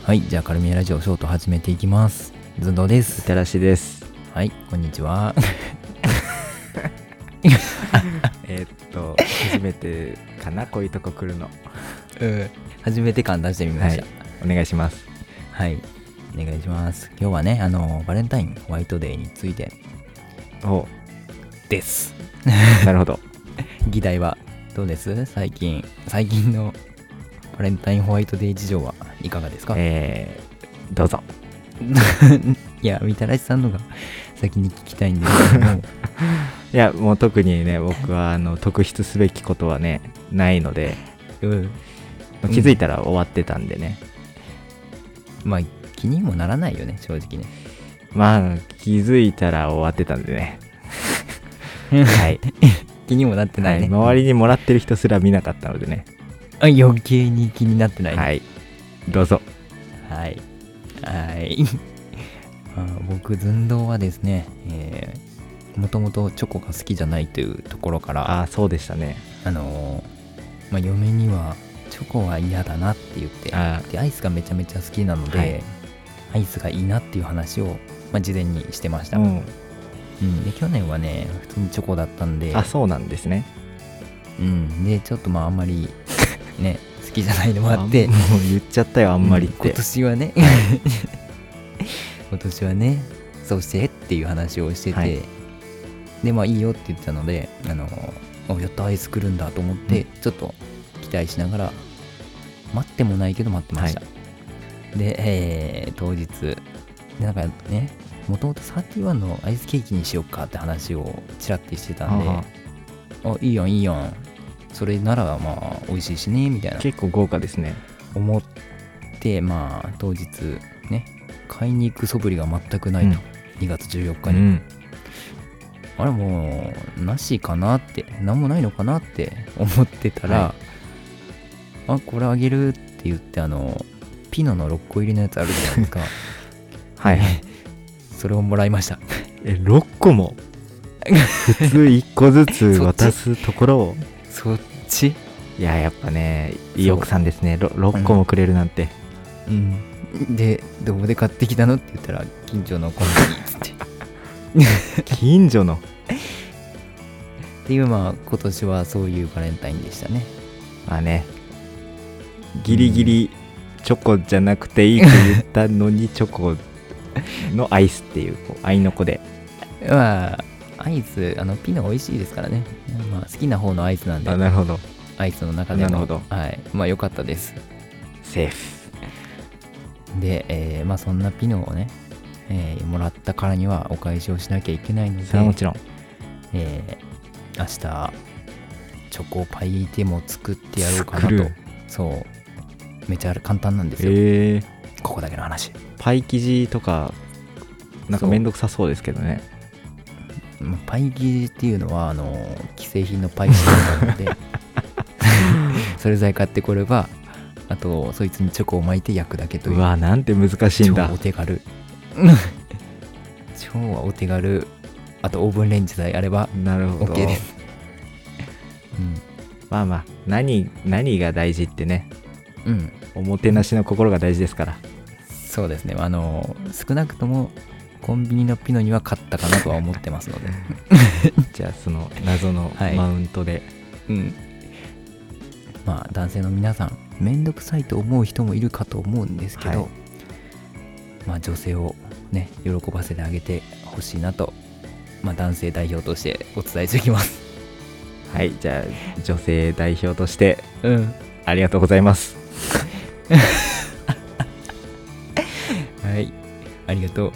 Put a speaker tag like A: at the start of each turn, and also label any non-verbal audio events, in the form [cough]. A: はいじゃあカルミエラジオショート始めていきますずんどうです
B: たらしです。
A: はいこんにちは
B: えーっと、初めてか [laughs] な、こういうとこ来るの。
A: うん [laughs] 初めて感出してみました
B: お願いします。
A: はい、お願いします今日はねあのバレンタインホワイトデーについて
B: お
A: です
B: [laughs] なる [laughs] ほど。
A: 議題はどうです最近最近のバレンタインホワイトデー事情はいかがですか、
B: えー、どうぞ。
A: [laughs] いやみたらしさんのが先に聞きたいんですけども
B: いや、もう特に [laughs] ね、僕は、あの、特筆すべきことはね、ないので、
A: うん
B: もう気づいたら終わってたんでね。
A: まあ気にもならないよね正直ね
B: まあ、気づいたら終わってたんで [laughs] ね。 [laughs] はい。
A: 気にもなって
B: は
A: ない
B: い、
A: ね、
B: 周りにもらってる人すら見なかったのでね。
A: あ余計に気になってないね
B: はい。どうぞ。
A: はい。はい。 [laughs] あ僕、寸胴はですね、えー、もともとチョコが好きじゃないというところから、あ、
B: ああ、そうでしたね。
A: のーまあ、嫁には、チョコは嫌だなって言って、
B: あ
A: で、アイスがめちゃめちゃ好きなので、
B: はい
A: アイスがいいなっていう話を、まあ、事前にしてまし
B: う
A: た、うん
B: ん。
A: で、去年はね、普通にチョコだったんで
B: あ、、そうなんですね。
A: うん。で、ちょっとまあ、あんまり、
B: [laughs]
A: ね、好きじゃないのもあって
B: あ、もう言っちゃったよ、あんまりっ
A: うん今
B: て。
A: 年はね今年はねそうしてっていう話をしてて、
B: はい
A: でまあいいよって言ってたのであのあやっとアイス来るんだと思って、
B: う
A: ちょっと期待しながら待ってもないけど待ってました、で、えー当日でなんかねもともと31のアイスケーキにしようかって話をちらってしてたんで
B: あ
A: あいいやんいいやんそれならまあ美味しいしねみたいな
B: あ結構豪華ですね。
A: 思ってまあ当日ね買いに行く素振りが全くないと、2月14日に、
B: うん
A: あれもうなしかなって何もないのかなって [laughs] 思ってたら、
B: は
A: あこれあげるって言ってあのピノの6個入りのやつあるじゃないですか
B: はい。
A: それをもらいました
B: え、6個も普通1個ず [laughs] つ渡すところを。
A: そっち
B: いや、やっぱね、いい奥さんですね。ろ 6, 個もくれるなん [laughs] て。
A: うんでどこで買ってきたのって言ったら近所のコンビニっつって
B: 近所の。
A: っていうまあ今年はそういうバレンタインでしたね
B: まあね、ギリギリチョコじゃなくていいと言ったのに、チョコのアイスっていう、こう愛の子 [laughs] で。
A: まあ、アイス、あの、ピノ美味しいですからね。まあ、好きな方のアイスなんで、
B: るほど。
A: アイスの中でも。
B: なるほど
A: はい。まあ、良かったです。
B: セーフ。
A: で、えーまあ、そんなピノをね、えーもらったからにはお返しをしなきゃいけないので、
B: それはもちろん。
A: えー明日、チョコパイでも作ってやろうかな
B: 作
A: と
B: る。
A: そう。めちゃ簡単なんですよ。
B: えー、
A: ここだけの話。
B: パイ生地とか、なんかめんどくさそうですけどね。
A: まあパイ生地っていうのは、あの、既製品のパイ生地な
B: [laughs]
A: ので、それさえ買ってこれば、あと、そいつにチョコを巻いて焼くだけというう、
B: わ、なんて難しい
A: 超
B: んだ
A: お。手軽。超はお手軽。あと、オーブンレンジさえあれば、
B: なるほど。
A: OK です。
B: まあまあ、何、何が大事ってね、
A: うん。うん。
B: おもてなしの心が大事で
A: [laughs]
B: すから。
A: そうですね。あの、少なくとも、コンビニのピノには勝ったかなとは思ってますので。
B: じゃあ、その謎の
A: はい
B: マウントで。
A: うん。まあ、男性の皆さん、めんどくさいと思う人もいるかと思うんですけど、
B: はい
A: まあ、女性をね、喜ばせてあげてほしいなと、まあ、男性代表としてお伝えしておきます。
B: はい、じゃあ、女性代表として、
A: うん。
B: ありがとうございます。
A: はい。ありがとう。